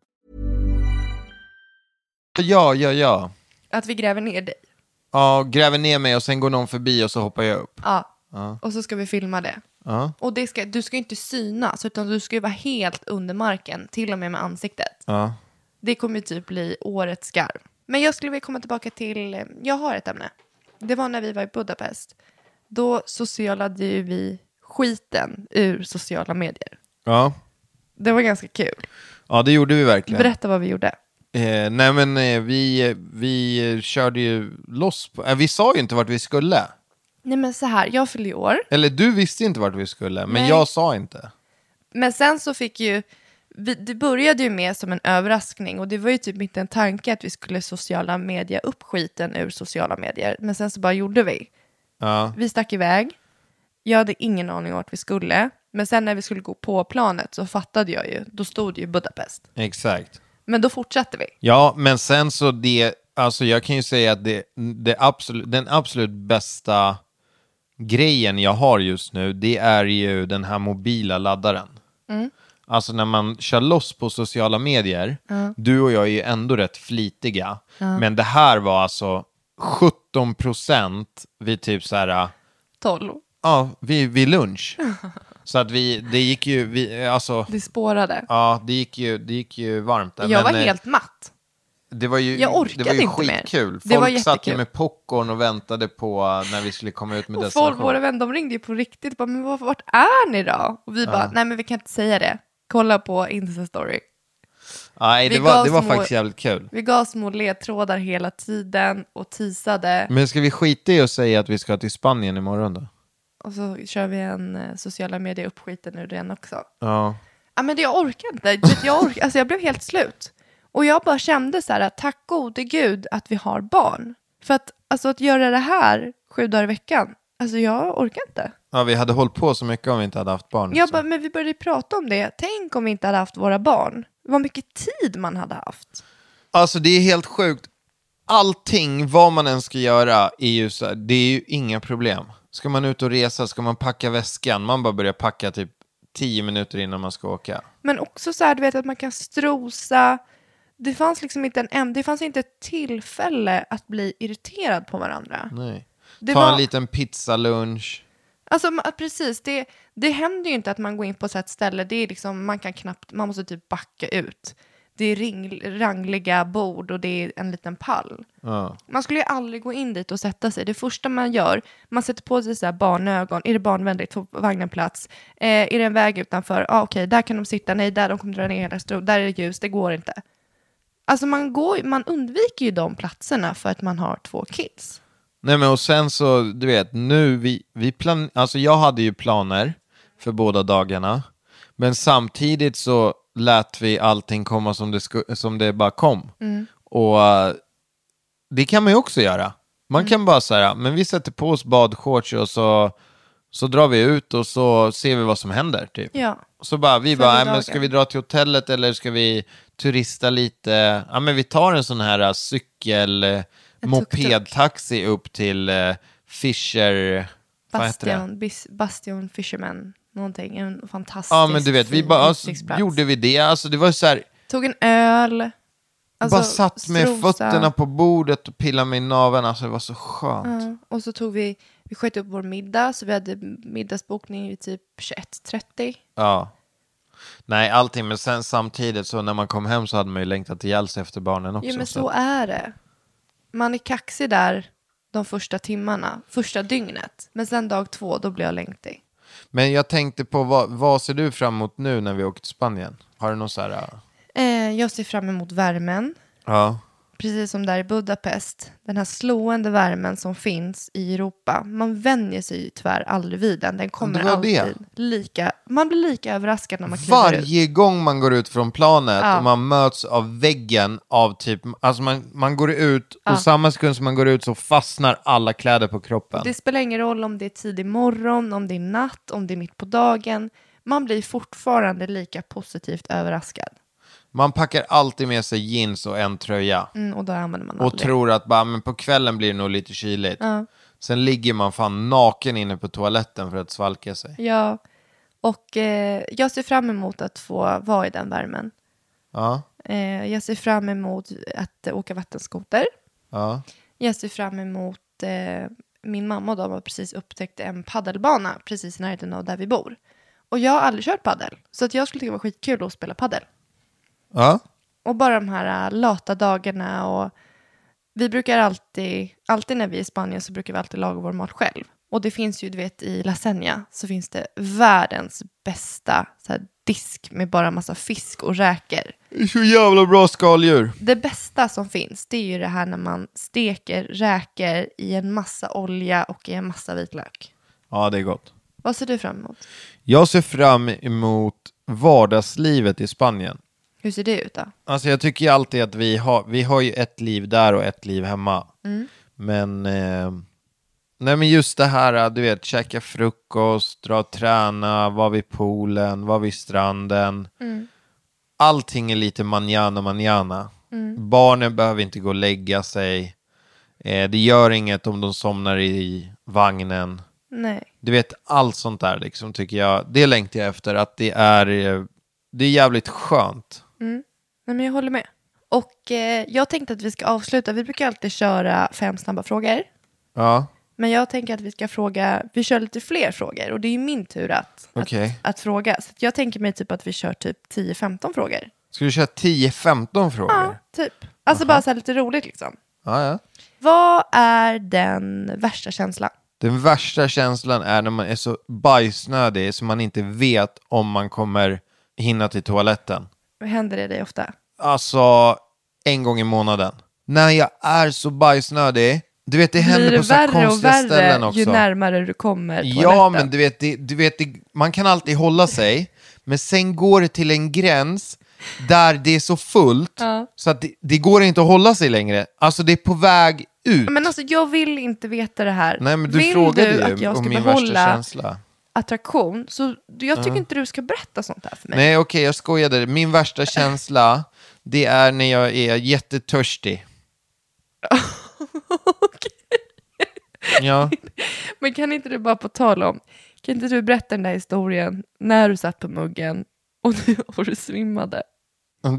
Ja, ja, ja.
Att vi gräver ner dig.
Ja, gräver ner mig och sen går någon förbi och så hoppar jag upp.
Ja, Och så ska vi filma det.
Ja.
Och det ska, du ska ju inte synas, utan du ska ju vara helt under marken, till och med med ansiktet.
Ja.
Det kommer ju typ bli årets skarv. Men jag skulle vilja komma tillbaka till, eh, jag har ett ämne. Det var när vi var i Budapest. Då socialade ju vi skiten ur sociala medier.
Ja.
Det var ganska kul.
ja, det gjorde vi verkligen.
Berätta vad vi gjorde.
Eh, nej men eh, vi, vi eh, körde ju loss på, eh, vi sa ju inte vart vi skulle.
Nej men så här, jag fyllde ju år.
Eller du visste inte vart vi skulle, men
Nej.
jag sa inte.
Men sen så fick ju, vi, det började ju med som en överraskning och det var ju typ inte en tanke att vi skulle sociala media upp skiten ur sociala medier. Men sen så bara gjorde vi.
Ja.
Vi stack iväg. Jag hade ingen aning om vart vi skulle. Men sen när vi skulle gå på planet så fattade jag ju, då stod ju Budapest.
Exakt.
Men då fortsatte vi.
Ja, men sen så det, alltså jag kan ju säga att det, det absolut, den absolut bästa grejen jag har just nu, det är ju den här mobila laddaren.
Mm.
Alltså när man kör loss på sociala medier,
Mm.
du och jag är ju ändå rätt flitiga, men det här var alltså 17 procent vid typ så här,
12.
ja, vid, vid
<laughs>
lunch. Så att vi, det gick ju, vi, alltså,
Det spårade.
ja, det gick ju, det gick ju varmt där.
Jag var
men, eh,
helt matt.
det var ju,
Jag orkade
det var ju
inte mer.
skitkul.
Det var
Folk satt ju
jättekul.
med popcorn och väntade på när vi skulle komma ut med
Och folk,
destination.
våra vänner de ringde ju på riktigt. Bara, men var- vart är ni då? Och vi bara, nej men vi kan inte säga det. Kolla på Insta-story.
Nej, det
vi
var,
gav
det var
små-
faktiskt jävligt kul.
Vi gav små ledtrådar hela tiden och tisade.
Men ska vi skita i och säga att vi ska till Spanien imorgon då?
Och så kör vi en eh, sociala medier uppskiten ur den också.
Ja.
Ja, men det, jag orkar inte. Du vet, Jag, ork, alltså, jag blev helt slut. Och jag bara kände så här, att tack gode gud att vi har barn. För att, alltså, att göra det här sju dagar i veckan, alltså jag orkar inte.
ja, vi hade hållit på så mycket om vi inte hade haft barn. liksom.
Jag
Mm, så.
bara, men vi började prata om det. Tänk om vi inte hade haft våra barn. Vad mycket tid man hade haft.
Alltså det är helt sjukt. Allting, vad man än ska göra, är ju så här, det är ju inga problem. Ska man ut och resa, ska man packa väskan, man bara börjar packa typ tio minuter innan man ska åka.
Men också så här, du vet att man kan strosa. Det fanns liksom inte en äm- det fanns inte ett tillfälle att bli irriterad på varandra.
Nej.
Det
Ta
var-
en liten pizzalunch.
Alltså ma- precis, det, det händer ju inte att man går in på så här ett ställe, det är liksom, man kan knappt, man måste typ backa ut. Det är ring, rangliga bord och det är en liten pall.
Ja.
Man skulle ju aldrig gå in dit och sätta sig. Det första man gör, man sätter på sig så här barnögon. Är det barnvänligt? Får vagnen plats? Eh, är det en väg utanför? Ja, ah, okej, där kan de sitta. Nej, där de kommer dra ner hela stro. Där är det ljus, det går inte. Alltså man, går, ju- man undviker ju de platserna för att man har två kids.
Nej men och sen så, du vet, nu vi, vi plan, alltså jag hade ju planer för båda dagarna. Men samtidigt så lät vi allting komma som det, sku, som det bara kom. Och eh, det kan man ju också göra. Man kan bara säga, men vi sätter på oss badshorts och så, så drar vi ut och så ser vi vad som händer. Typ.
Ja.
Så bara, vi
För
bara,
vi
"Nej, men
dagar."
ska vi dra till hotellet eller ska vi turista lite? Ja, men vi tar en sån här eh, cykel, eh, mopedtaxi upp till eh, Fisher... vad heter det?
Bastion, bis, Bastion Fisherman, någonting. En fantastisk
Ja, men du vet, vi
fin
bara, alltså,
utsiktsplats.
gjorde vi det? Alltså det var så här,
Tog en öl. alltså,
bara satt med
strosa.
fötterna på bordet och pillade mig i naveln. Alltså det var så skönt.
Ja, och så tog vi, vi sköt upp vår middag, så vi hade middagsbokning vid typ 21.30.
Ja. Nej, allting, men sen samtidigt så när man kom hem så hade man ju längtat ihjäl sig efter barnen också.
Jo men
så
så
att-
är det. Man är kaxig där de första timmarna, första dygnet. Men sen dag två, då blir jag längtig.
Men jag tänkte på, vad, vad ser du fram emot nu när vi åker till Spanien? Har du någon så här... eh,
Eh, jag ser fram emot värmen,
Ja.
precis som där i Budapest. Den här slående värmen som finns i Europa. Man vänjer sig ju tyvärr aldrig vid den. Den kommer
Det var det.
alltid lika, man blir lika överraskad när man kliver ut.
Varje gång man går ut från planet
Ja.
och man möts av väggen av typ, alltså man, man går ut och samma sekund som man går ut så fastnar alla kläder på kroppen.
Det spelar ingen roll om det är tidig morgon, om det är natt, om det är mitt på dagen. Man blir fortfarande lika positivt överraskad.
Man packar alltid med sig jeans och en tröja
Mm, och då använder man
och
aldrig.
tror att bara, men på kvällen blir det nog lite kyligt. Sen ligger man fan naken inne på toaletten för att svalka sig.
Ja, och eh, jag ser fram emot att få vara i den värmen.
Ja,
Eh, jag ser fram emot att eh, åka vattenskoter.
ja.
Jag ser fram emot eh, min mamma och de har precis upptäckt en paddelbana precis i närheten av där vi bor. Och jag har aldrig kört paddel, så att jag skulle tycka det var skitkul att spela paddel.
Ja.
Och bara de här äh, lata dagarna och vi brukar alltid, alltid när vi är i Spanien så brukar vi alltid laga vår mat själv. Och det finns ju, du vet i lasagna så finns det världens bästa så här, disk med bara massa fisk och räkor.
Så jävla bra skaldjur.
Det bästa som finns det är ju det här när man steker räkor i en massa olja och i en massa vitlök.
Ja, det är gott.
Vad ser du fram emot?
Jag ser fram emot vardagslivet i Spanien.
Hur ser det ut då?
Alltså jag tycker ju alltid att vi har, vi har ju ett liv där och ett liv hemma. Men, eh, nej men just det här, eh, du vet, käka frukost, dra och träna, vara vid poolen, vara vid stranden. Allting är lite manjana manjana. Barnen behöver inte gå och lägga sig. Eh, det gör inget om de somnar i vagnen.
Nej.
Du vet, allt sånt där liksom tycker jag, det längtar jag efter, att det är, eh, det är jävligt skönt.
Nej, men jag håller med. Och eh, jag tänkte att vi ska avsluta. Vi brukar alltid köra fem snabba frågor.
Ja,
Men jag tänker att vi ska fråga, vi kör lite fler frågor. Och det är ju min tur att,
Okej.
att, att fråga. Så att jag tänker mig typ att vi kör typ 10-15 frågor.
ska du köra 10-15 frågor?
Ja, typ. Alltså bara så här lite roligt liksom.
Ja, ja.
Vad är den värsta känslan?
Den värsta känslan är när man är så bajsnödig så man inte vet om man kommer hinna till toaletten.
Händer det dig ofta?
Alltså, en gång i månaden. När jag är så bajsnödig, du vet det händer
Blir
på
det
så här
värre och
konstiga ställen
värre
också.
ju närmare du kommer toaletten?
Ja, men du vet, det, du vet det, man kan alltid hålla sig, men sen går det till en gräns där det är så fullt så att det, det går inte att hålla sig längre. Alltså det är på väg ut.
Men alltså jag vill inte veta det här.
Nej, men du
vill
frågade
du
ju
att jag ska
om min värsta
behålla
känsla.
attraktion? Så du- jag tycker inte du ska berätta sånt här för mig. <laughs>
Nej, okej, jag skojade. Min värsta känsla, det är när jag är jättetörstig.
<laughs>
Ja,
Men kan inte du bara på tal om, kan inte du berätta den där historien när du satt på muggen och du, <laughs> och du svimmade?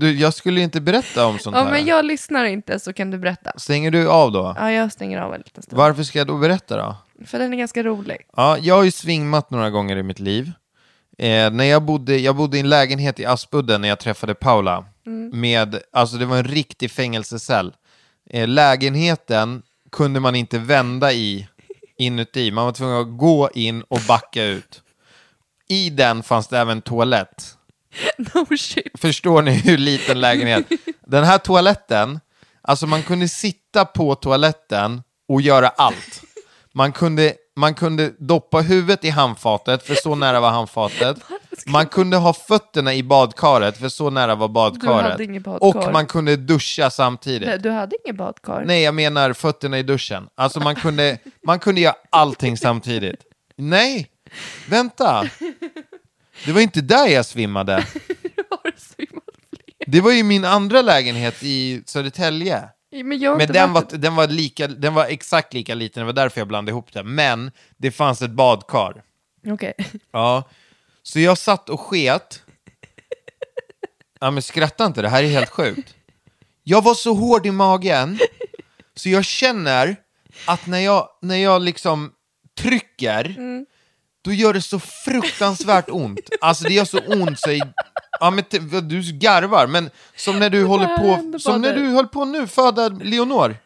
du, jag skulle ju inte berätta om sånt
Ja,
här.
men jag lyssnar inte så kan du berätta.
Stänger du av då?
Ja, jag stänger av en liten stund.
Varför ska jag då berätta då?
För den är ganska rolig. <laughs>
Ja, jag har ju svingmat några gånger i mitt liv. Eh, när jag, bodde, jag bodde i en lägenhet i Aspudden när jag träffade Paula. Med, alltså det var en riktig fängelsecell. Eh, lägenheten kunde man inte vända i inuti. Man var tvungen att gå in och backa ut. I den fanns det även toalett.
No shit.
Förstår ni hur liten lägenhet? Den här toaletten, alltså man kunde sitta på toaletten och göra allt. Man kunde, man kunde doppa huvudet i handfatet, för så nära var handfatet. Man kunde ha fötterna i badkaret, för så nära var badkaret.
hade inget badkar.
Och man kunde duscha samtidigt.
Nej, Du hade inget badkar?
Nej, jag menar fötterna i duschen. Alltså man kunde, man kunde göra allting samtidigt. Nej, vänta. Det var inte där jag svimmade.
<laughs> Har du svimmat fler?
Det var ju min andra lägenhet i Södertälje.
Men, jag har
Men
inte
den var,
varit-
den, var lika, den var exakt lika liten, det var därför jag blandade ihop det. Men det fanns ett badkar.
Okej.
Ja. Så jag satt och sket. Ja men skratta inte, det här är helt sjukt. Jag var så hård i magen, så jag känner att när jag, när jag liksom trycker, då gör det så fruktansvärt ont. Alltså det gör så ont så jag, Ja men t- vad du garvar, men som när du håller
här
på,
händer bara
som när
nu.
du höll på nu, föda Leonor.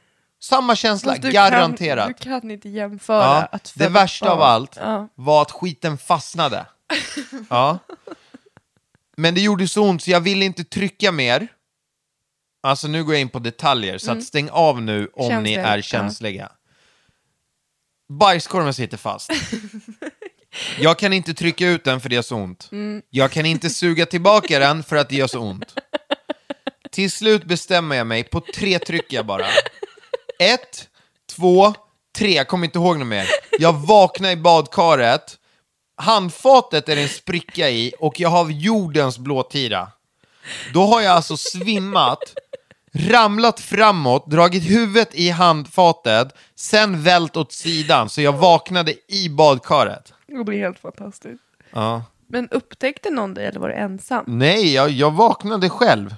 Samma känsla,
Fast Alltså, du
garanterat.
Kan, du kan inte jämföra.
Ja,
att
det
föda
värsta av
barn.
allt
Ja.
var att skiten
<laughs>
fastnade. Ja. Men det gjorde så ont så jag ville inte trycka mer. Alltså nu går jag in på detaljer, så att stäng av nu om
Mm. Känsliga,
ni är
ja.
känsliga. Bajskorven sitter
<laughs>
fast. Jag kan inte trycka ut den för det gör så ont.
Mm.
Jag kan inte suga tillbaka den för att det gör så ont. Till slut bestämmer jag mig, på tre trycker jag bara. Ett, två, tre, jag kommer inte ihåg något mer. Jag vaknar i badkaret, handfatet är det en spricka i och jag har jordens blåtira. Då har jag alltså svimmat, ramlat framåt, dragit huvudet i handfatet, sen vält åt sidan så jag vaknade i badkaret.
Det blir helt fantastiskt.
Ja.
Men upptäckte någon dig eller var du ensam?
Nej, jag, jag vaknade själv.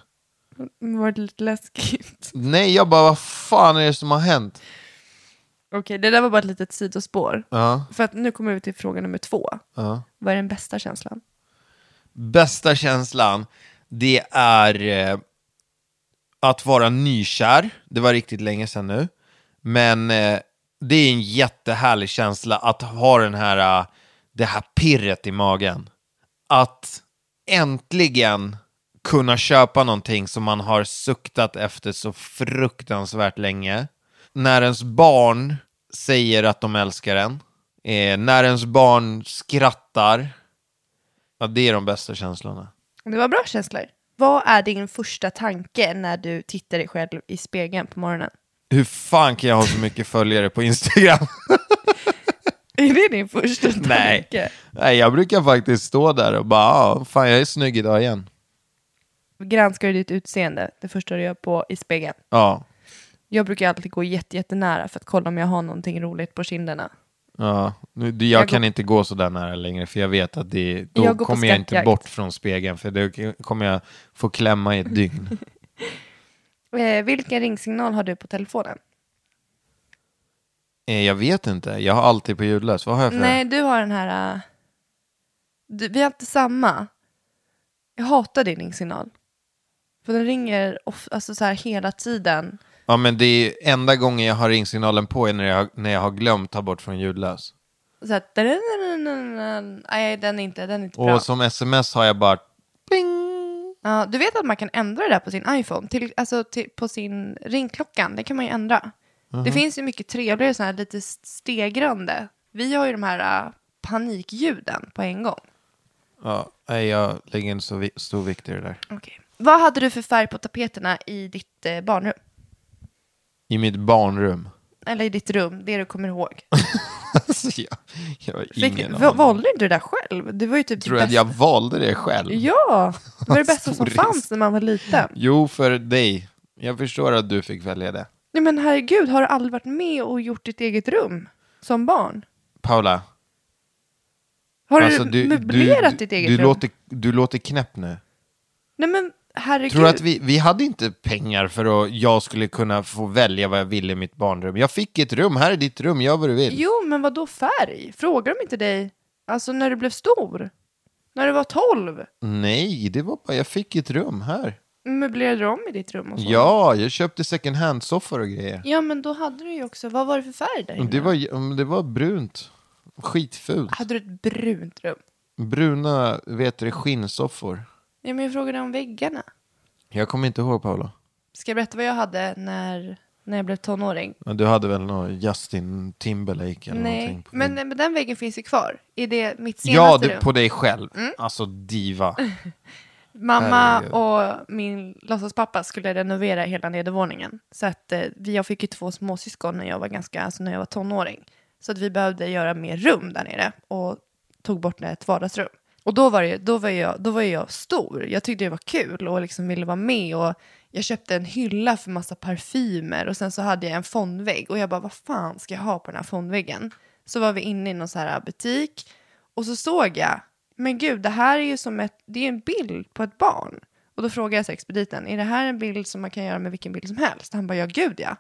Mm.
Var det lite läskigt? <laughs>
Nej, jag bara, vad fan är det som har hänt?
Okej, det där var bara ett litet sidospår.
Ja.
För att nu kommer vi till fråga nummer två.
Ja.
Vad är den bästa känslan?
Bästa känslan, det är eh, att vara nykär. Det var riktigt länge sedan nu. Men eh, det är en jättehärlig känsla att ha den här, eh, det här pirret i magen. Att äntligen kunna köpa någonting som man har suktat efter så fruktansvärt länge. När ens barn säger att de älskar en. Eh, när ens barn skrattar. Ja, det är de bästa känslorna.
Det var bra känslor. Vad är din första tanke när du tittar dig själv i spegeln på morgonen? <laughs>
Hur fan kan jag ha så mycket följare på Instagram? <laughs>
Är det din första tanke?
Nej. Nej, jag brukar faktiskt stå där och bara, "Ah, fan jag är snygg idag igen.
Granskar du ditt utseende det första du gör på i spegeln?
Ja,
Jag brukar alltid gå jätte- jättenära för att kolla om jag har någonting roligt på kinderna.
ja. Nu, det- jag,
Jag går-
kan inte gå så där nära längre för jag vet att det, då
Jag går på
kommer jag inte
skattjakt.
bort från spegeln för då kommer jag få klämma i ett
<laughs>
dygn.
Eh, vilken ringsignal har du på telefonen?
Eh, jag vet inte, jag har alltid på ljudlös. Vad har jag för?
Nej, du har den här... eh, Du, vi har inte samma. Jag hatar din ringsignal. För den ringer of, alltså så här hela tiden.
Ja, men det är enda gången jag har ringsignalen på är när jag, när jag har glömt ta bort från ljudlös.
Så här, dadadadadadadadad. Nej, den är inte, den är inte bra.
Och som sms har jag bara
Ja, du vet att man kan ändra det där på sin iPhone, till, alltså till, på sin ringklockan. Det kan man ju ändra. Det finns ju mycket trevligare sådana här lite stegrande. Vi har ju de här äh, panikljuden på en gång.
Ja, nej, jag lägger inte så vi- stor vikt i det där.
Okay. Vad hade du för färg på tapeterna i ditt eh, barnrum?
I mitt barnrum.
Eller i ditt rum, det du kommer ihåg.
<laughs> Alltså, jag, jag har ingen
Fick,
aning.
va- valde inte du det där själv? Det var ju typ
Tror
det
du att jag valde det själv?
Ja,
<laughs>
det var det bästa som
Stor risk.
fanns när man var liten.
Jo, för dig. Jag förstår att du fick välja det.
Nej men herregud, har du aldrig varit med och gjort ditt eget rum som barn?
Paula,
Har
alltså,
du,
du,
möblerat
du,
ditt eget
du,
rum?
låter, du låter knäpp nu.
Nej men herregud.
Tror du att vi, vi hade inte pengar för att jag skulle kunna få välja vad jag ville i mitt barnrum? Jag fick ett rum, här är ditt rum, gör vad du vill.
Jo, men vad då färg? Frågar de inte dig? Alltså när du blev stor? När du var 12?
Nej, det var bara, jag fick ett rum här.
Möblerade de i ditt rum och så?
Ja, jag köpte second hand-soffor och grejer.
Ja, men då hade du ju också, vad var det för färg där inne?
Det var, ja, men det var brunt. Skitfult.
Hade du ett brunt rum?
Bruna, vet du skinnsoffor.
Ja, men jag frågade om väggarna.
Jag kommer inte ihåg Paula.
Ska jag berätta vad jag hade när, när jag blev tonåring?
Men du hade väl någon Justin Timberlake eller
Nej,
någonting? på
men,
din-
men den väggen finns ju kvar. I det mitt
Ja,
senaste Mm.
du,
rum.
på dig själv. Alltså
<laughs>
diva.
Mamma
Herregud.
och min låtsaspappa skulle renovera hela nedervåningen. Så att eh, vi- jag fick ju två småsyskon när jag var ganska, alltså när jag var tonåring. Så att vi behövde göra mer rum där nere och tog bort ett vardagsrum. Och då var, det, ju- då, var jag, då var jag stor. Jag tyckte det var kul och liksom ville vara med. Och jag köpte en hylla för massa parfymer och sen så hade jag en fondvägg. Och jag bara, vad fan ska jag ha på den här fondväggen? Så var vi inne i någon så här butik och så såg jag, men gud, det här är ju som ett, det är en bild på ett barn. Och då frågade jag så expediten, är det här en bild som man kan göra med vilken bild som helst? Han bara, ja gud ja.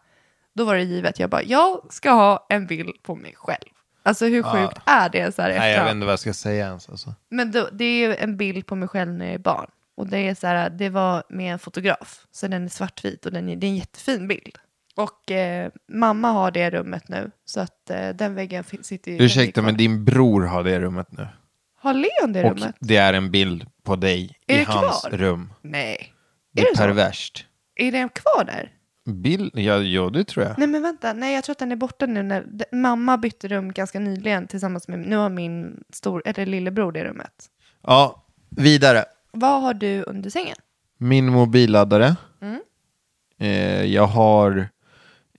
Då var det givet, jag bara, jag ska ha en bild på mig själv. Alltså hur sjukt är det så här
Ah. Nej, jag
efterhand?
vet inte vad jag ska säga ens. Alltså.
Men då, det är ju en bild på mig själv när jag är barn. Och det är så här, det var med en fotograf. Så den är svartvit och den är, det är en jättefin bild. Och eh, mamma har det rummet nu. Så att eh, den väggen fin- sitter ju... den är
Ursäkta,
kvar.
men din bror har det rummet nu.
Har Leon det
Och
rummet?
det är en bild på dig
Är
i
det
hans
kvar?
rum.
Nej.
Det
Är
är,
det så?
perverst.
Är den kvar där?
Bild? Ja, ja, det tror jag.
Nej men vänta, nej jag tror att den är borta nu när d- mamma bytte rum ganska nyligen tillsammans med, nu har min stor, eller lillebror det rummet.
Ja, vidare.
Vad har du under sängen?
Min mobilladdare.
Mm.
Eh, jag har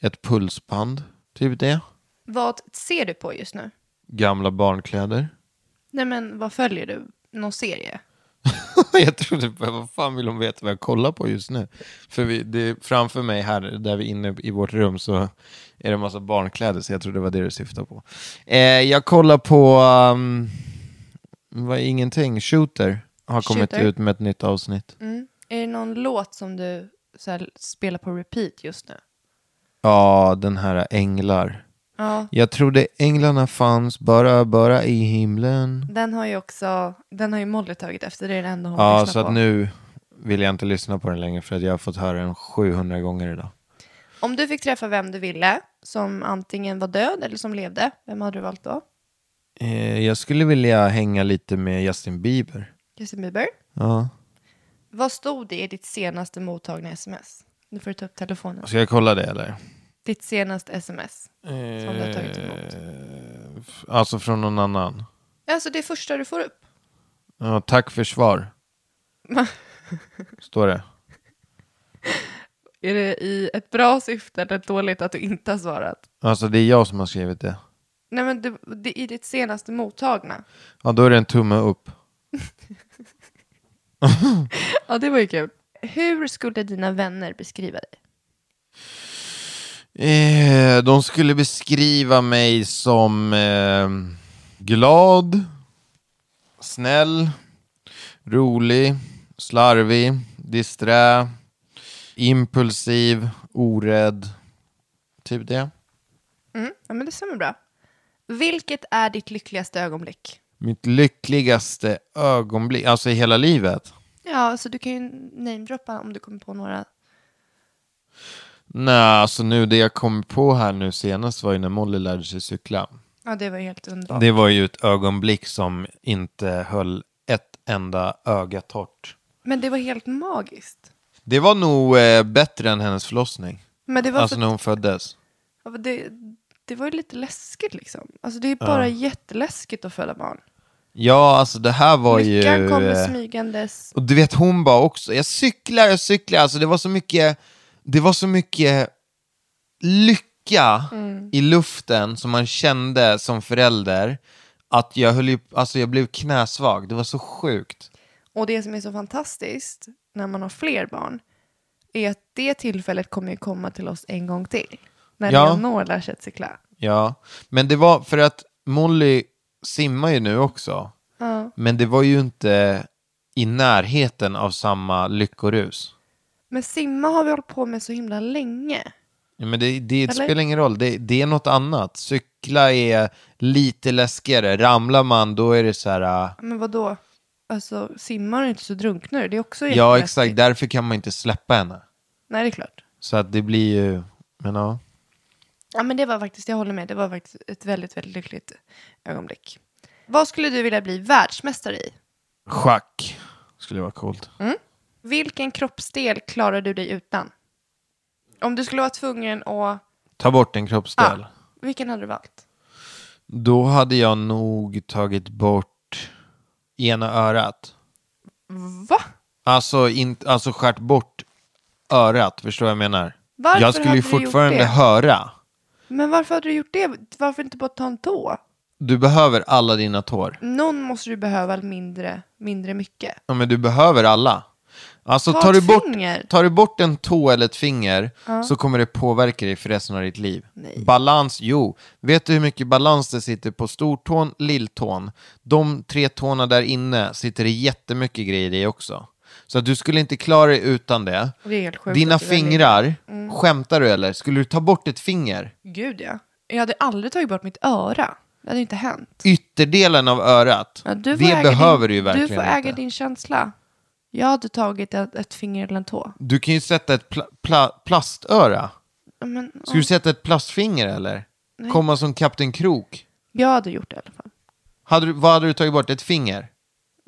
ett pulsband, typ det.
Vad ser du på just nu?
Gamla barnkläder.
Nej men vad följer du? Någon serie?
<laughs> jag trodde, bara, vad fan vill de veta vad jag kollar på just nu? För vi, det, framför mig här, där vi är inne i vårt rum, så är det en massa barnkläder, så jag tror det var det du syftade på. Eh, jag kollar på, um, vad, ingenting, Shooter har kommit
Shooter.
ut med ett nytt avsnitt.
Mm. Är det någon låt som du så här, spelar på repeat just nu?
Ja, den här Änglar.
Ja.
Jag trodde änglarna fanns bara, bara i himlen.
Den har ju också, den har ju Molly tagit efter, det är den enda hon
Ja,
lyssnar
så
på.
att nu vill jag inte lyssna på den längre för att jag har fått höra den 700 gånger idag.
Om du fick träffa vem du ville, som antingen var död eller som levde, vem hade du valt då?
Eh, jag skulle vilja hänga lite med Justin Bieber.
Justin Bieber?
Ja.
Vad stod det i ditt senaste mottagna sms? Nu får du ta upp telefonen.
Ska jag kolla det eller? Eh,
Ditt senaste sms som du har tagit emot.
F- Alltså från någon annan.
Alltså det första du får upp.
Ja, tack för
<laughs>
svar. Står det.
Är det i ett bra syfte eller ett dåligt att du inte har svarat?
Alltså det är jag som har skrivit det.
Nej men du, det, i ditt senaste mottagna.
Ja, då är det en tumme upp.
Ja det var ju kul. Hur skulle dina vänner beskriva dig?
Eh, de skulle beskriva mig som eh, glad, snäll, rolig, slarvig, disträ, impulsiv, orädd. Typ det.
Mm, ja men det stämmer bra. Vilket är ditt lyckligaste ögonblick?
Mitt lyckligaste ögonblick, alltså i hela livet.
Ja, alltså du kan ju namedroppa om du kommer på några.
Nej, alltså nu det jag kom på här nu senast var ju när Molly lärde sig cykla.
Ja, det var ju helt underbart.
Det var ju ett ögonblick som inte höll ett enda öga torrt.
Men det var helt magiskt.
Det var nog eh, bättre än hennes förlossning.
Men det var,
Alltså
för,
när hon föddes.
ja, men det, det var ju lite läskigt liksom. Alltså det är bara jätteläskigt att föda barn.
Ja, alltså det här var ju...
Lyckan kommer
eh,
smygandes.
Och du vet, hon bara också, jag cyklar, jag cyklar. Alltså det var så mycket, det var så mycket lycka i luften som man kände som förälder. Att jag höll ju, alltså jag blev knäsvag. Det var så sjukt.
Och det som är så fantastiskt när man har fler barn är att det tillfället kommer ju komma till oss en gång till. När
Ja.
Leonor lär sig att cykla.
Ja, men det var för att Molly simmar ju nu också.
Ja.
Men det var ju inte i närheten av samma lyckorus.
Men simma har vi hållit på med så himla länge.
Ja, Men det, det
Eller?
spelar ingen roll, det, det är något annat. Cykla är lite läskigare, ramlar man då är det så här... äh,
Men vad då? Alltså simmar du inte så drunknar du. Det är också
Ja,
jätteläskigt.
exakt, därför kan man inte släppa henne.
Nej, det är klart.
Så att det blir ju, men ja.
Ja, men det var faktiskt, jag håller med, det var faktiskt ett väldigt, väldigt lyckligt ögonblick. Vad skulle du vilja bli världsmästare i?
Schack skulle vara coolt.
Mm. Vilken kroppsdel klarar du dig utan? Om du skulle vara tvungen att...
Ta bort en kroppsdel.
Ah, vilken hade du valt?
Då hade jag nog tagit bort ena örat.
Va?
Alltså, in, alltså skärt bort örat, förstår vad jag menar?
Varför
jag skulle
hade
ju
du gjort
fortfarande
det?
höra.
Men varför hade du gjort det? Varför inte bara ta en tå?
Du behöver alla dina tår.
Någon måste du behöva mindre, mindre mycket.
Ja, men du behöver alla. Alltså
Ta
tar du,
ett
bort,
finger.
tar du bort en tå eller ett finger så kommer det påverka dig för resten av ditt liv.
Nej.
Balans, jo. Vet du hur mycket balans det sitter på stortån, lilltån? De tre tårna där inne sitter det jättemycket grejer i också. Så att du skulle inte klara dig utan det.
Det är helt sjukt
Dina
att du Mm. väljer-
fingrar, skämtar du eller? Skulle du ta bort ett finger?
Gud ja. Jag hade aldrig tagit bort mitt öra. Det hade inte hänt.
Ytterdelen av örat,
Ja, du får
det
äga
behöver
din,
du ju verkligen
Du får äga
inte.
din känsla. Jag hade tagit ett, ett finger eller en tå.
Du kan ju sätta ett pla- pla- plastöra.
Ja, Men, ja.
Ska du sätta ett plastfinger eller? Komma som Kapten Krok?
Jag hade gjort det i alla fall.
Hade du, vad hade du tagit bort? Ett finger?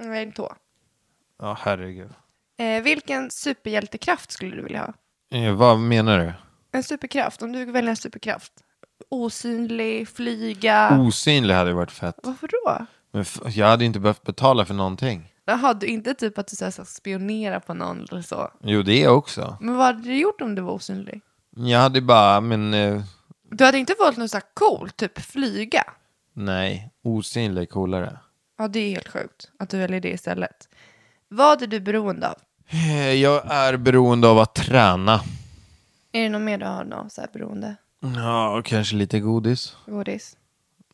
Nej, en tå.
Ja, herregud.
Eh, vilken superhjältekraft skulle du vilja ha?
Eh, vad menar du?
En superkraft, om du fick välja en superkraft. Osynlig, flyga.
Mm. Osynlig hade ju varit fett.
Varför då?
Men f- jag hade inte behövt betala för någonting.
Jaha, du inte typ att du så här ska spionera på någon eller så.
Jo, det också.
Men vad hade du gjort om du var osynlig?
Jag hade ju bara, men eh,
Du hade inte valt något så här coolt, typ flyga.
nej, osynlig är coolare.
Ja, det är helt sjukt att du väljer det istället. Vad är du beroende av?
Eh, jag är beroende av att träna.
Är det något mer du har något så här beroende?
Ja, och kanske lite godis.
Godis?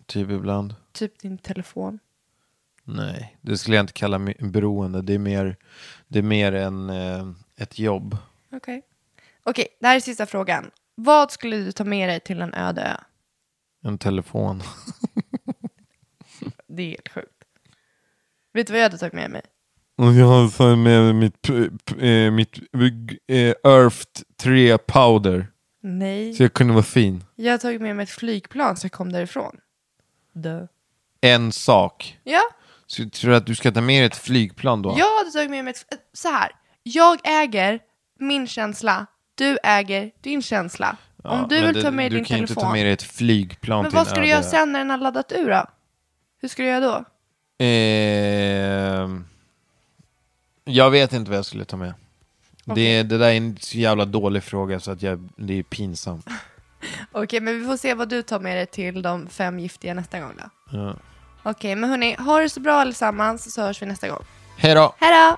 Typ ibland.
Typ din telefon?
Nej, det skulle jag inte kalla mi- beroende. Det är mer, det är mer en, eh, ett jobb.
Okej. Okej, det här är sista frågan. Vad skulle du ta med dig till en öde ö?
En telefon.
Det är helt sjukt. Vet du vad jag hade tagit med mig?
Och jag har tagit med mig mitt, p- p- eh, mitt eh, Earth 3 powder.
Nej.
Så jag kunde vara fin.
Jag har tagit med mig ett flygplan så jag kom därifrån. Dö.
En sak.
Ja,
Så jag tror att du ska ta med dig ett flygplan då?
jag hade tagit med mig ett... Så här. Jag äger min känsla. Du äger din känsla. Om du
men
vill
det-
ta med
Du
din
kan ju inte
telefon.
ta med dig ett flygplan
men
till en
vad ska du
öde
göra
ö.
sen när den har laddat ur då? Hur ska du göra då?
Ehm, jag vet inte vad jag skulle ta med. Det, det där är en så jävla dålig fråga så att jag, det är pinsamt.
Okej, men vi får se vad du tar med dig till de fem giftiga nästa gång då.
Ja.
Okej, men hörni, ha det så bra allesammans så hörs vi nästa gång.
Hej då!
Hej då!